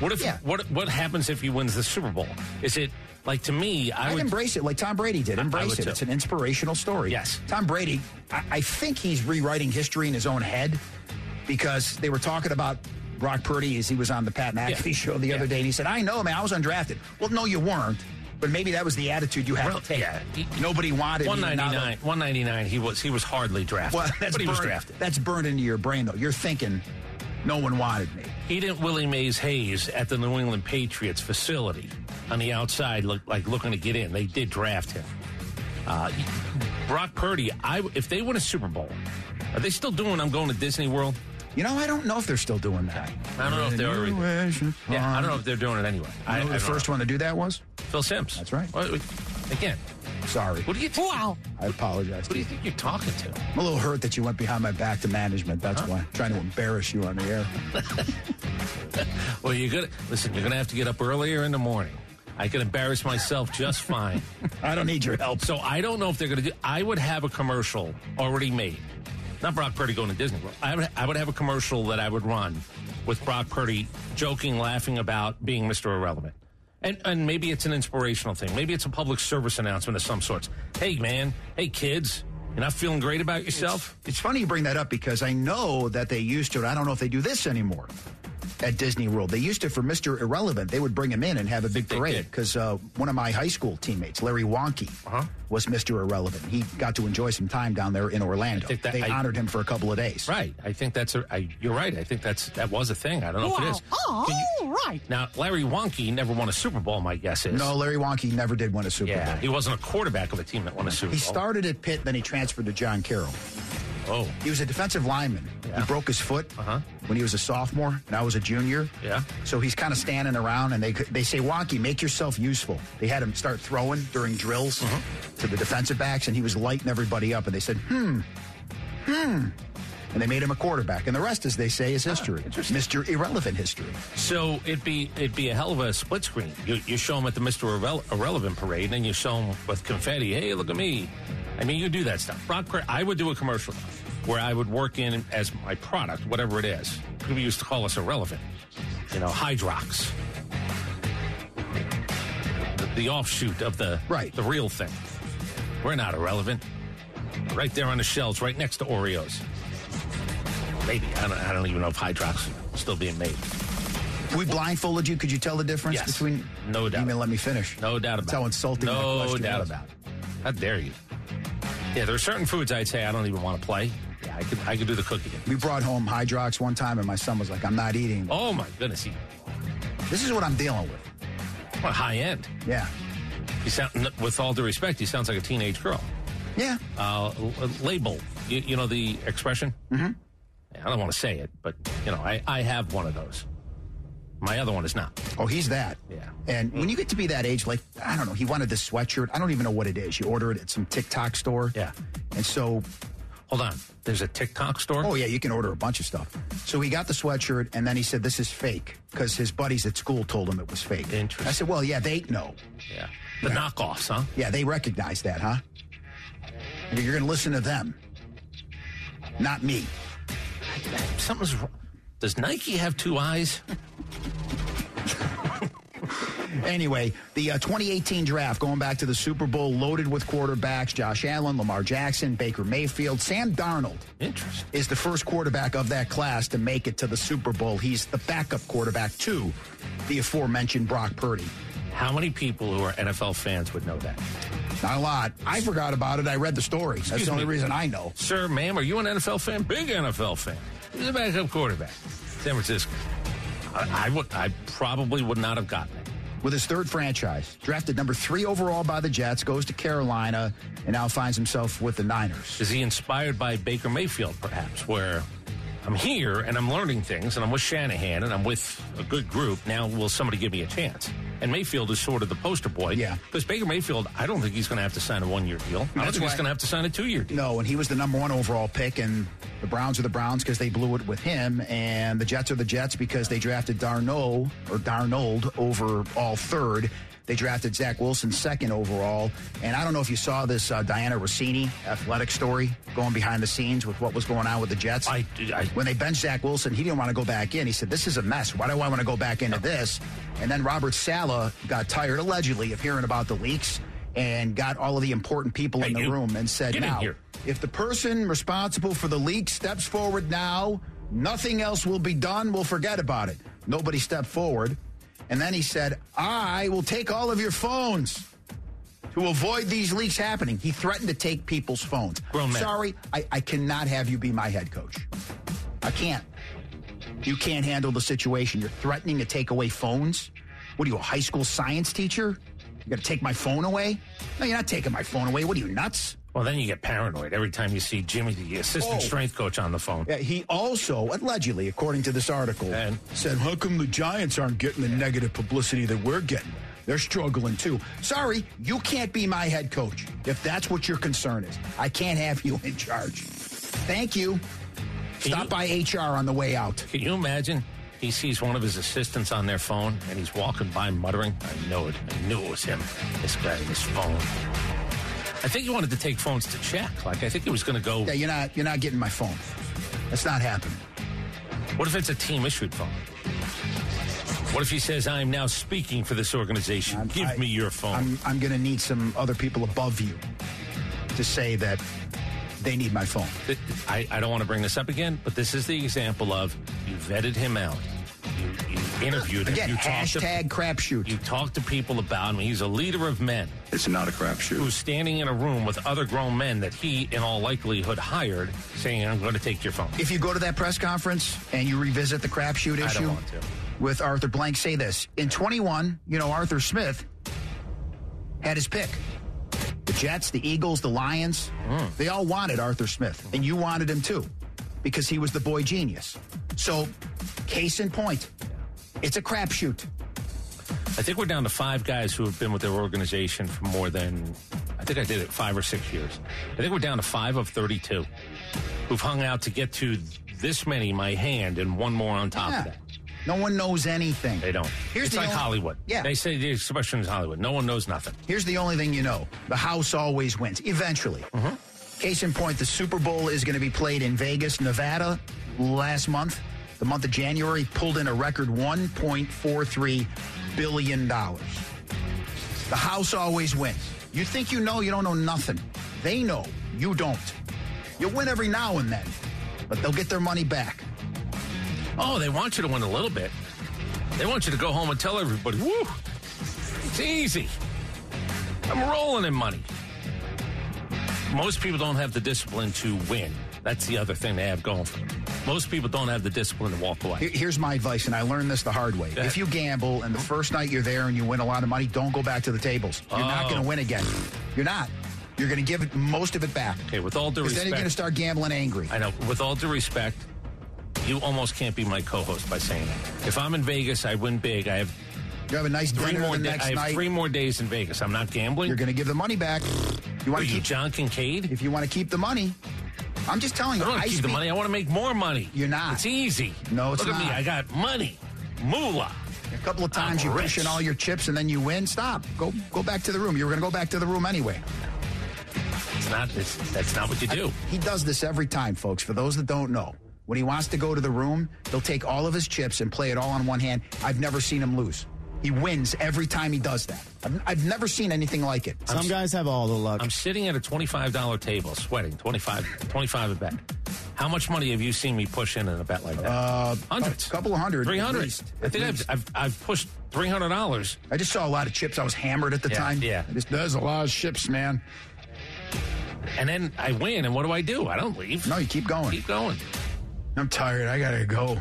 What if Yeah. what what happens if he wins the Super Bowl? Is it like to me? I, I'd would embrace it like Tom Brady did. Embrace would it. too. It's an inspirational story. Yes. Tom Brady, I, I think he's rewriting history in his own head because they were talking about Brock Purdy as he was on the Pat McAfee Yeah. show the other Yeah. day. And he said, I know, man, I was undrafted. Well, no, you weren't. But maybe that was the attitude you had Well, to take. yeah. Nobody wanted you. one Now ninety that- nine one ninety nine. He was he was hardly drafted. Well, that's but he was burned- drafted. That's burned into your brain, though. You're thinking, no one wanted me. He didn't Willie Mays Hayes at the New England Patriots facility on the outside, look, like looking to get in. They did draft him. Uh, Brock Purdy. I if they win a Super Bowl, are they still doing? I'm going to Disney World. You know, I don't know if they're still doing that. I don't know if they're already- Yeah, I don't know if they're doing it anyway. I know who the don't first one to do that was? know. Phil Simms. That's right. Well, again, Sorry. what do you think? Wow. I apologize. Who do you think you're talking to? I'm a little hurt that you went behind my back to management. That's why. trying to embarrass you on the air. Well, you're gonna listen. You're gonna have to get up earlier in the morning. I can embarrass myself just fine. I don't need your help. So I don't know if they're gonna do. I would have a commercial already made. Not Brock Purdy going to Disney World. I would, I would have a commercial that I would run with Brock Purdy joking, laughing about being Mr. Irrelevant. And, and maybe it's an inspirational thing. Maybe it's a public service announcement of some sorts. Hey, man. Hey, kids. You're not feeling great about yourself? It's funny you bring that up because I know that they used to, and I don't know if they do this anymore. at Disney World. They used to for Mr. Irrelevant. They would bring him in and have a big they parade did. because uh, one of my high school teammates, Larry Wonky, Uh-huh. was Mr. Irrelevant. He got to enjoy some time down there in Orlando. think that they I- honored him for a couple of days. Right. I think that's a. I, you're right. I think that's that was a thing. I don't know if it is. Oh, Can you- right. now, Larry Wonky never won a Super Bowl. My guess is No, Larry Wonky never did win a Super Yeah, Bowl. he wasn't a quarterback of a team that won a Super He Bowl. started at Pitt, then he transferred to John Carroll. Oh, He was a defensive lineman. He broke his foot when he was a sophomore, and I was a junior. Uh-huh. Yeah. So he's kind of standing around, and they they say, "Wonky, make yourself useful." They had him start throwing during drills Uh-huh. to the defensive backs, and he was lighting everybody up. And they said, "Hmm, hmm," and they made him a quarterback. And the rest, as they say, Ah, is history. Mr. Irrelevant history. so it'd be it'd be a hell of a split screen. You, you show him at the Mister Irrele- Irrelevant parade, and then you show him with confetti. Hey, look at me! I mean, you do that stuff. Rock, Cra- I would do a commercial where I would work in as my product, whatever it is. People used to call us irrelevant. You know, Hydrox, the, the offshoot of the Right. the real thing. We're not irrelevant. Right there on the shelves, right next to Oreos. Maybe I don't. I don't even know if Hydrox is still being made. We blindfolded you. Could you tell the difference Yes. between? No doubt. You even let me finish. No doubt about That's it. how insulting no that question doubt was. about it. How dare you? Yeah, there are certain foods I'd say I don't even want to play. Yeah, I could I could do the cooking. We brought home Hydrox one time, and my son was like, "I'm not eating. Oh my goodness, he This is what I'm dealing with." what high end. Yeah. He sound n- with all due respect, he sounds like a teenage girl. Yeah. Uh, l- uh, label, you, you know the expression. Mm-hmm. I don't want to say it, but you know I I have one of those. My other one is not. Oh, he's that. Yeah. And when you get to be that age, like, I don't know, he wanted this sweatshirt. I don't even know what it is. You order it at some TikTok store. Yeah. And so, Hold on, there's a TikTok store. oh, yeah, you can order a bunch of stuff. So he got the sweatshirt, and then he said, This is fake because his buddies at school told him it was fake. Interesting. I said, Well, yeah, they know. yeah, the knockoffs, huh? Yeah, they recognize that, huh? You're going to listen to them, not me. Something's wrong. Does Nike have two eyes? Anyway, the uh, 2018 draft, going back to the Super Bowl, loaded with quarterbacks Josh Allen, Lamar Jackson, Baker Mayfield, Sam Darnold Interesting. is the first quarterback of that class to make it to the Super Bowl. He's the backup quarterback to the aforementioned Brock Purdy. How many people who are NFL fans would know that? Not a lot. I forgot about it. I read the story. That's Excuse the only me. reason I know. Sir, ma'am, are you an NFL fan? Big NFL fan. He's a backup quarterback. San Francisco. I, I would. I probably would not have gotten it. With his third franchise, drafted number three overall by the Jets, goes to Carolina, and now finds himself with the Niners. Is he inspired by Baker Mayfield, perhaps? Where I'm here and I'm learning things, and I'm with Shanahan, and I'm with a good group. Now, will somebody give me a chance? And Mayfield is sort of the poster boy. Yeah. Because Baker Mayfield, I don't think he's going to have to sign a one year deal. I don't That's think he's why- going to have to sign a two year deal. No, and he was the number one overall pick, and the Browns are the Browns because they blew it with him, and the Jets are the Jets because they drafted Darno or Darnold over all third. They drafted Zach Wilson second overall, and I don't know if you saw this uh, Diana Rossini athletic story going behind the scenes with what was going on with the Jets. I- I- when they benched Zach Wilson, he didn't want to go back in. He said, "This is a mess. Why do I want to go back into this?" And then Robert Sala got tired, allegedly, of hearing about the leaks and got all of the important people Hey, in the you- room and said, get in "Now, here." if the person responsible for the leak steps forward now, nothing else will be done. We'll forget about it. Nobody stepped forward. And then he said, I will take all of your phones to avoid these leaks happening. He threatened to take people's phones. Grown man. Sorry, I, I cannot have you be my head coach. I can't. You can't handle the situation. You're threatening to take away phones? What are you, a high school science teacher? You're going to take my phone away? No, you're not taking my phone away. What are you, nuts? Well, then you get paranoid every time you see Jimmy, the assistant Oh. strength coach, on the phone. Yeah, he also, allegedly, according to this article, And- said, How come the Giants aren't getting the negative publicity that we're getting? They're struggling too. Sorry, you can't be my head coach if that's what your concern is. I can't have you in charge. Thank you. Stop you- by HR on the way out. Can you imagine? He sees one of his assistants on their phone and he's walking by muttering, I know it. I knew it was him. This guy and his phone. I think he wanted to take phones to check. Like, I think he was going to go. Yeah, you're not you're not getting my phone. That's not happening. What if it's a team issued phone? What if he says, I am now speaking for this organization? I'm- Give I- me your phone. I'm I'm gonna need some other people above you to say that they need my phone. Th- I, I don't want to bring this up again, but this is the example of you vetted him out. You You, you interviewed him. Again, you talked to- hashtag crapshoot. You talk to people about him. He's a leader of men It's not a crapshoot. who's standing in a room with other grown men that he, in all likelihood, hired, saying, I'm going to take your phone. If you go to that press conference and you revisit the crapshoot I issue don't want to. with Arthur Blank, say this. In 21, you know, Arthur Smith had his pick. The Jets, the Eagles, the Lions, Hmm. they all wanted Arthur Smith. And you wanted him too because he was the boy genius. So, case in point, it's a crapshoot. I think we're down to five guys who have been with their organization for more than, I think I did it five or six years. I think we're down to five of 32 who've hung out to get to this many, my hand, and one more on top of Yeah. that. No one knows anything. They don't. Here's it's the like only- Hollywood. Yeah. They say the expression is Hollywood. No one knows nothing. Here's the only thing you know the house always wins, eventually. Case in point, the Super Bowl is going to be played in Vegas, Nevada last month. The month of January pulled in a record $1.43 billion. The house always wins. You think you know, you don't know nothing. They know, you don't. You win every now and then, but they'll get their money back. Oh, they want you to win a little bit. They want you to go home and tell everybody, woo, it's easy. I'm rolling in money. Most people don't have the discipline to win. That's the other thing they have going for them. Most people don't have the discipline to walk away. Here- Here's my advice, and I learned this the hard way. If you gamble and the first night you're there and you win a lot of money, don't go back to the tables. You're not Oh. going to win again. You're not. You're going to give it- most of it back. Okay, with all due Because then respect, you're going to start gambling angry. I know, with all due respect, you almost can't be my co-host by saying that. If I'm in Vegas, I win big. I have You have a nice three dinner more. the da- next I have night. three more days in Vegas. I'm not gambling. You're going to give the money back. You Are want to you keep John Kincaid? if you want to keep the money. I'm just telling you. I don't want to keep the speak- money. I want to make more money. You're not. It's easy. No, it's Look at me. not. I got money. Moolah. A couple of times I'm you rich. push in all your chips and then you win. Stop. Go go back to the room. You were going to go back to the room anyway. It's not. It's, that's not what you do. He does this every time, folks. For those that don't know, when he wants to go to the room, he'll take all of his chips and play it all on one hand. I've never seen him lose. He wins every time he does that. I've, I've never seen anything like it. Some guys have all the luck. I'm sitting at a twenty-five dollar table, sweating 25, 25 a bet. How much money have you seen me push in in a bet like that? Uh, Hundreds, a couple of hundred, at three hundred. least, I at think I've, least. I've I've pushed three hundred dollars. I just saw a lot of chips. I was hammered at the Yeah, time. yeah. I just- there's a lot of chips, man. And then I win, and what do I do? I don't leave. No, you keep going. Keep going. I'm tired. I gotta go.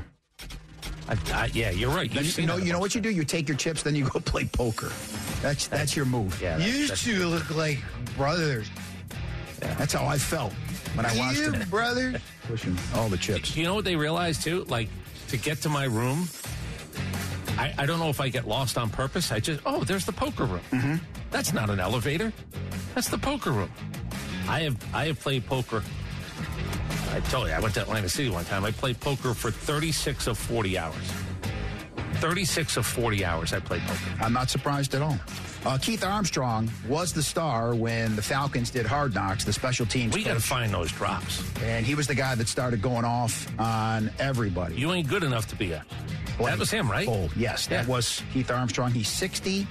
I, I, yeah, you're right. Then You've you seen know, that a you know bunch. what you do? You take your chips, then you go play poker. That's that's your move. Yeah, that- You that's- two look like brothers. That's how I felt when I watched him brothers. pushing all the chips. You know what they realized too? Like to get to my room, I, I don't know if I get lost on purpose. I just oh, there's the poker room. That's not an elevator. That's the poker room. I have I have played poker. I told you I went to Atlanta City one time. I played poker for 36 of 40 hours. 36 of 40 hours I played poker. I'm not surprised at all. Uh, Keith Armstrong was the star when the Falcons did Hard Knocks, the special teams, We got to find those drops. and he was the guy that started going off on everybody. You ain't good enough to be a. That was him, right? Bowl. Yes, that Yeah. was Keith Armstrong. He's 60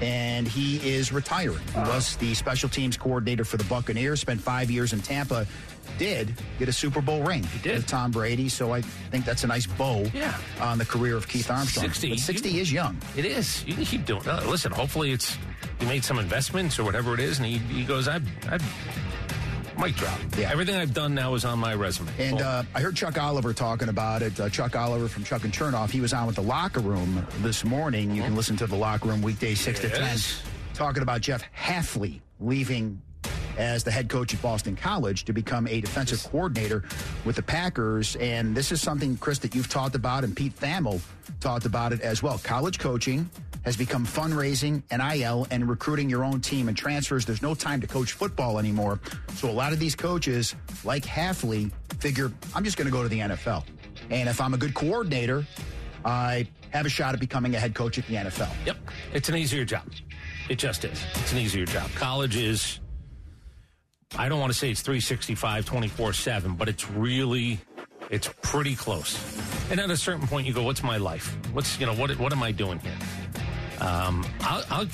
and he is retiring. He Uh. was the special teams coordinator for the Buccaneers, spent five years in Tampa, did get a Super Bowl ring. He did. With Tom Brady, so I think that's a nice bow Yeah. on the career of Keith Armstrong. 60, But 60 you- is young. It is. You can keep doing. Uh, listen, hopefully it's you made some investments or whatever it is, and he, he goes, "I've, I've mic drop. Yeah. Everything I've done now is on my resume." And Boom. uh, I heard Chuck Oliver talking about it. Uh, Chuck Oliver from Chuck and Chernoff. He was on with the locker room this morning. You can listen to the locker room weekday six to ten, Yes. talking about Jeff Halfley leaving as the head coach at Boston College to become a defensive coordinator with the Packers. And this is something, Chris, that you've talked about, and Pete Thamel talked about it as well. College coaching has become fundraising, NIL, and recruiting your own team and transfers. There's no time to coach football anymore. So a lot of these coaches, like Halfley, figure, I'm just going to go to the NFL. And if I'm a good coordinator, I have a shot at becoming a head coach at the NFL. yep, it's an easier job. It just is. It's an easier job. College is. I don't want to say it's 365, 24 7, but it's really, it's pretty close. And at a certain point, you go, what's my life? What's, you know, what, what am I doing here? Um, I'll, I'll,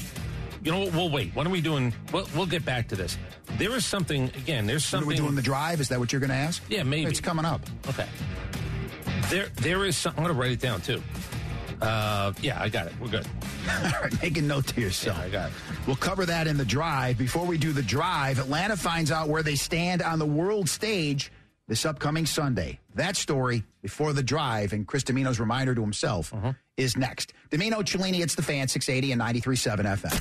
you know, what, we'll wait. What are we doing? We'll, we'll get back to this. There is something, again, there's Are something. we doing the drive? Is that what you're going to ask? Yeah, maybe. It's coming up. Okay. There, there is something. I'm going to write it down too. Uh, yeah, I got it. We're good. Make a note to yourself. I got it. We'll cover that in the drive. Before we do the drive, Atlanta finds out where they stand on the world stage this upcoming Sunday. That story before the drive and Chris Domino's reminder to himself Uh-huh. is next. Domino Cellini, it's the fan, 680 and 937 FM.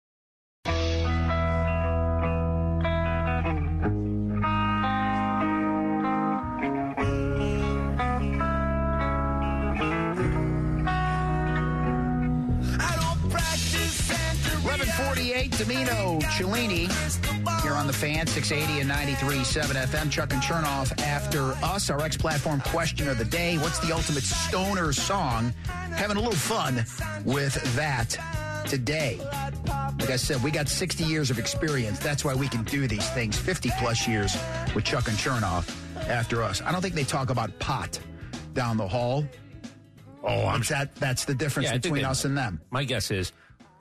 I don't practice 1148 Domino Cellini here on the fan 680 and 93.7 FM. Chuck and Chernoff after us. Our X platform question of the day What's the ultimate stoner song? Having a little fun with that today. Like I said, we got 60 years of experience. That's why we can do these things. 50 plus years with Chuck and Chernoff after us. I don't think they talk about pot down the hall. Oh, I'm It's that, that's the difference Yeah, I think between they- us and them. My guess is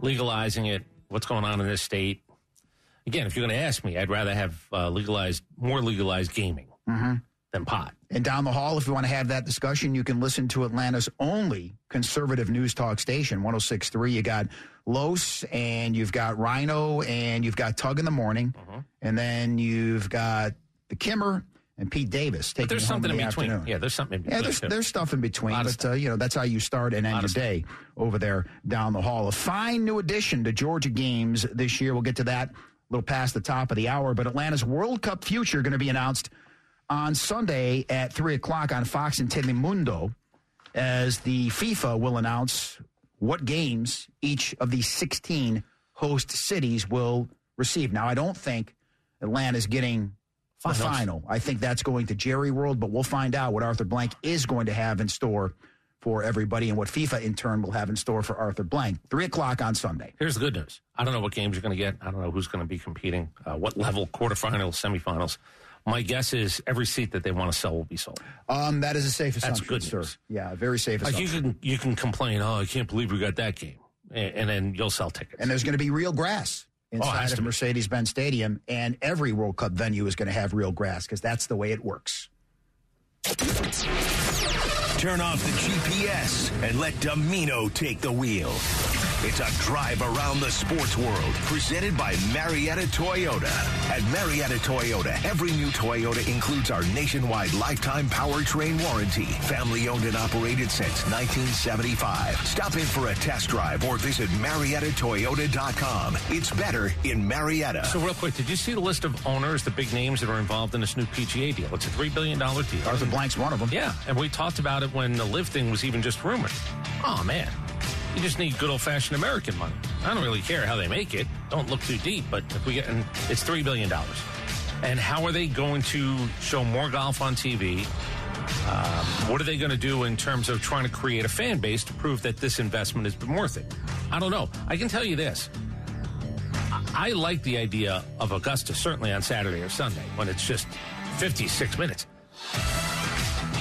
legalizing it. What's going on in this state? Again, if you're going to ask me, I'd rather have uh, legalized, more legalized gaming Mm-hmm. than pot. And down the hall, if you want to have that discussion, you can listen to Atlanta's only conservative news talk station, 1063. You got Los and you've got Rhino and you've got Tug in the morning. Mm-hmm. And then you've got the Kimmer and Pete Davis taking But there's you home something in the between. afternoon. Yeah, there's something in between. Yeah, there's, too. there's stuff in between, Lot of but uh, you know that's how you start and end your day over there down the hall. A fine new addition to Georgia games this year. We'll get to that a little past the top of the hour. But Atlanta's World Cup future going to be announced on Sunday at three o'clock on Fox and Telemundo, as the FIFA will announce what games each of the 16 host cities will receive. Now, I don't think Atlanta's getting the Finals. final. I think that's going to Jerry World, but we'll find out what Arthur Blank is going to have in store for everybody and what FIFA in turn will have in store for Arthur Blank. Three o'clock on Sunday. Here's the good news. I don't know what games you're going to get. I don't know who's going to be competing, uh, what level, quarterfinals, semifinals. My guess is every seat that they want to sell will be sold. Um, that is a safe assumption, good sir. news. Yeah, very safe Like assumption. you can you can complain, oh, I can't believe we got that game, A- and, then you'll sell tickets. and there's going to be real grass has inside to of be. Mercedes-Benz Stadium, and every World Cup venue is going to have real grass because that's the way it works. Turn off the GPS and let Domino take the wheel. It's a drive around the sports world presented by Marietta Toyota. At Marietta Toyota, every new Toyota includes our nationwide lifetime powertrain warranty. Family owned and operated since 1975. Stop in for a test drive or visit MariettaToyota.com. It's better in Marietta. So real quick, did you see the list of owners, the big names that are involved in this new PGA deal? It's a three billion dollar deal. Arthur Blank's one of them. Yeah, and we talked about it when the live thing was even just rumored. Oh man, you just need good old fashioned American money. I don't really care how they make it. Don't look too deep, but if we get, and it's three billion dollars. And how are they going to show more golf on TV? Um, what are they going to do in terms of trying to create a fan base to prove that this investment has been worth it? I don't know. I can tell you this. I I like the idea of Augusta, certainly on Saturday or Sunday, when it's just 56 minutes.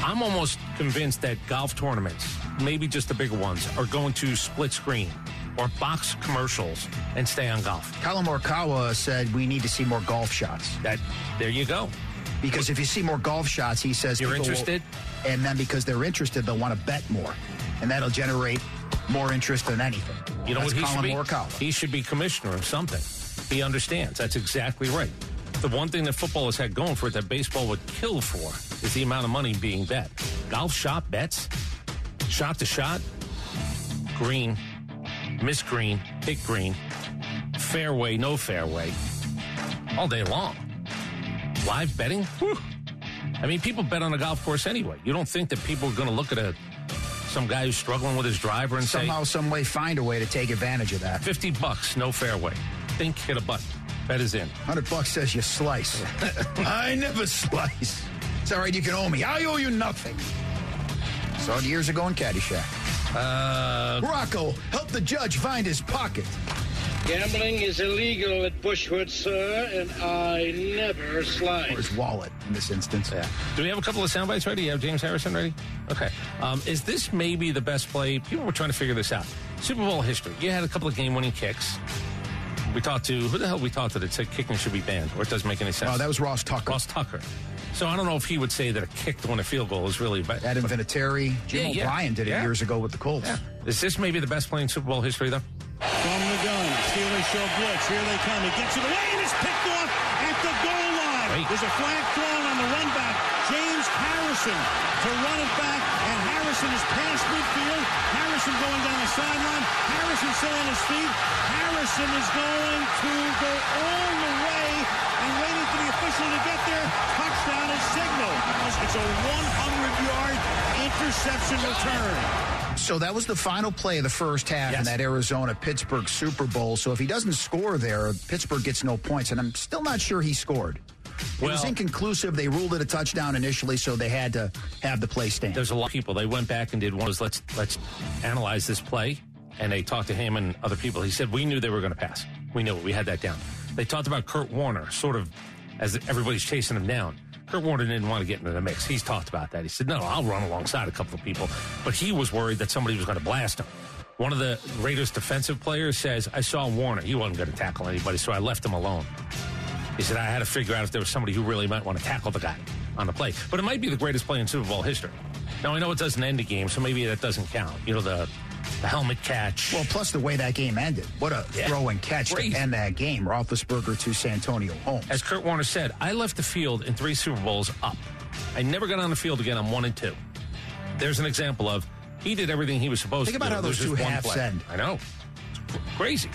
I'm almost convinced that golf tournaments, maybe just the bigger ones, are going to split screen or box commercials and stay on golf. Colin Morikawa said we need to see more golf shots That there you go. because if you see more golf shots, he says You're people will- interested? and then because they're interested, they'll want to bet more, and that'll generate more interest than anything. You know That's what he should Colin be? Morikawa. He should be commissioner of something. He understands. That's exactly right. The one thing that football has had going for it that baseball would kill for is the amount of money being bet. Golf shot bets, shot to shot, green, miss green, hit green, fairway, no fairway, all day long. Live betting? Whew. I mean, people bet on a golf course anyway. You don't think that people are going to look at a some guy who's struggling with his driver and Somehow, some way, find a way to take advantage of that. say, 50 bucks, no fairway. Think, hit a butt. Bet is in. 100 bucks says you slice. I never slice. It's all right, you can owe me. I owe you nothing. Saw it years ago in Caddyshack. Uh, Rocco, help the judge find his pocket. Gambling is illegal at Bushwood, sir, and I never slide. Or his wallet in this instance. Yeah. Do we have a couple of sound bites ready? You have James Harrison ready? Okay. Um, is this maybe the best play? People were trying to figure this out. Super Bowl history. You had a couple of game winning kicks. We talked to, who the hell we talked to that said kicking should be banned, or it doesn't make any sense? Oh, that was Ross Tucker. Ross Tucker. So I don't know if he would say that a kick to win a field goal is really bad. Adam Vinatieri, Jim Yeah, yeah. O'Brien did it Yeah. years ago with the Colts. Is this maybe the best play in Super Bowl history, though? From the gun, Steelers show blitz. Here they come. He gets it away and is picked off at the goal line. There's a flag thrown on the run back, James Harrison, to run it back, and Harrison is past midfield. Harrison going down the sideline. Harrison still on his feet. Harrison is going to go all the way and waiting for the official to get there. Touchdown is signal. It's a 100-yard interception return. So that was the final play of the first half in that Arizona Pittsburgh Super Bowl. So if he doesn't score there, Pittsburgh gets no points. And I'm still not sure he scored. it was Well- inconclusive. They ruled it a touchdown initially, so they had to have the play stand. There's a lot of people. They went back and did one was let's let's analyze this play, and they talked to him and other people. He said we knew they were going to pass. We knew it. We had that down. They talked about Kurt Warner, sort of as everybody's chasing him down. Kurt Warner didn't want to get into the mix. He's talked about that. He said, "No, I'll run alongside a couple of people," but he was worried that somebody was going to blast him. One of the Raiders defensive players says, "I saw Warner. He wasn't going to tackle anybody, so I left him alone." He said, I had to figure out if there was somebody who really might want to tackle the guy on the play. But it might be the greatest play in Super Bowl history. Now, I know it doesn't end a game, so maybe that doesn't count. You know, the, the helmet catch. Well, plus the way that game ended. What a Yeah. throw and catch Crazy. to end that game. Roethlisberger to Santonio Holmes. As Kurt Warner said, I left the field in three Super Bowls up. I never got on the field again on one and two. There's an example of he did everything he was supposed Think to about do. how those There's two just one halves play. end. I know. It's cr- crazy.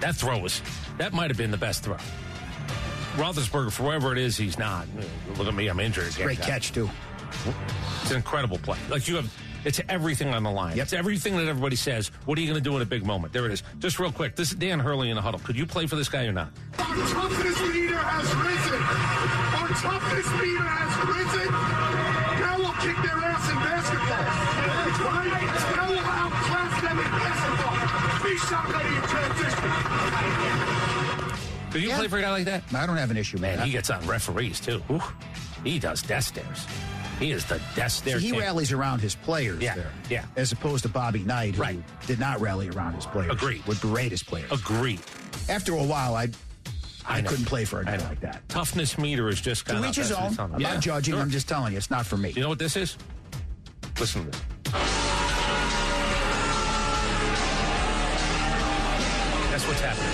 That throw was, that might have been the best throw. Roethlisberger, for wherever it is, he's not. Look at me, I'm injured. Great catch, too. It's an incredible play. Like you have, it's everything on the line. It's everything that everybody says. What are you going to do in a big moment? There it is. Just real quick. This is Dan Hurley in the huddle. Could you play for this guy or not? Our toughness meter has risen. Our toughness meter has risen. Now we'll kick their ass in basketball. Right? Now we'll outclass them in basketball. Be somebody in transition. Could you play for a guy like that? I don't have an issue, man. He gets on referees too. Ooh, he does death stares. He is the death stare. See, he king. rallies around his players Yeah, there. yeah. As opposed to Bobby Knight, who did not rally around his players. Agreed. Would berate his players. Agreed. After a while, I I, I know. couldn't play for a I guy know. like that. Toughness meter is just kind To of each his own. I'm not judging. I'm just telling you, it's not for me. You know what this is? Listen to this. That's what's happening.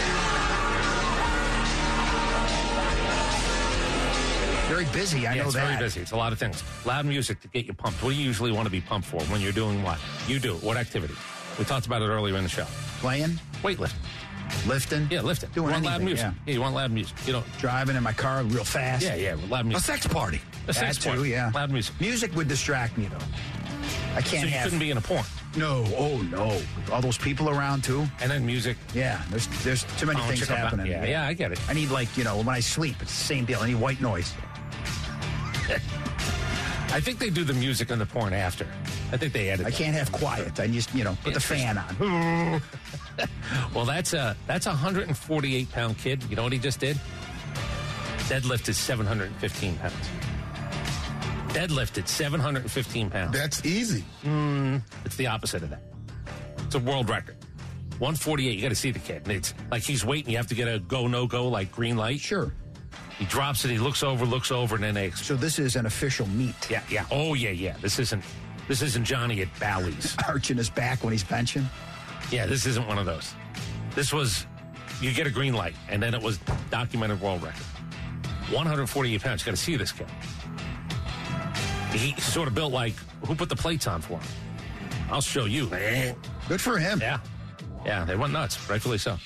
Very busy. I yeah, know it's that. very busy. It's a lot of things. Loud music to get you pumped. What do you usually want to be pumped for when you're doing what? You do. it. What activity? We talked about it earlier in the show. Playing, weightlifting, lifting. Yeah, lifting. Doing you want loud anything, music. yeah. you want loud music. You know, Driving in my car real fast. Yeah, yeah, loud music. A sex party. A sex That too, party. yeah. Loud music. Music would distract me though. I can't. So you have- couldn't be in a porn. No. Oh no. All those people around too. And then music. Yeah. There's there's too many Oh, things check out that. happening. Yeah, yeah, I get it. I need like you know when I sleep, it's the same deal. I need white noise. I think they do the music and the porn after. I think they edit. I can't have quiet. I just you know put the fan on. Well, that's a that's a 148 pound kid. You know what he just did? Deadlifted 715 pounds. Deadlifted 715 pounds. That's easy. Mm, it's the opposite of that. It's a world record. 148. You got to see the kid. And it's like he's waiting. You have to get a go no go like green light. Sure. He drops it. He looks over. Looks over, and then they. So this is an official meet. Yeah, yeah. Oh yeah, yeah. This isn't. This isn't Johnny at Bally's. Arching his back when he's benching. Yeah, this isn't one of those. This was, you get a green light, and then it was documented world record. 148 pounds. You got to see this kid. He sort of built like, who put the plates on for him? I'll show you. Good for him. Yeah. Yeah, they went nuts, rightfully so. All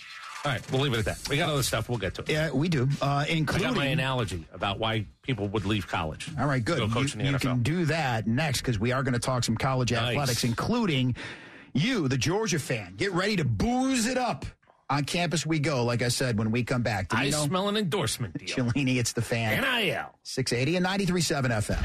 right, we'll leave it at that. We got other stuff. We'll get to it. Yeah, we do. Uh, I including got my analogy about why people would leave college. All right, good. Go coach you in the you NFL. can do that next because we are going to talk some college athletics, including you, the Georgia fan. Get ready to booze it up. On campus we go, like I said, when we come back. I Domino, smell an endorsement deal. Cellini, it's the fan. NIL. 680 and 93.7 FM.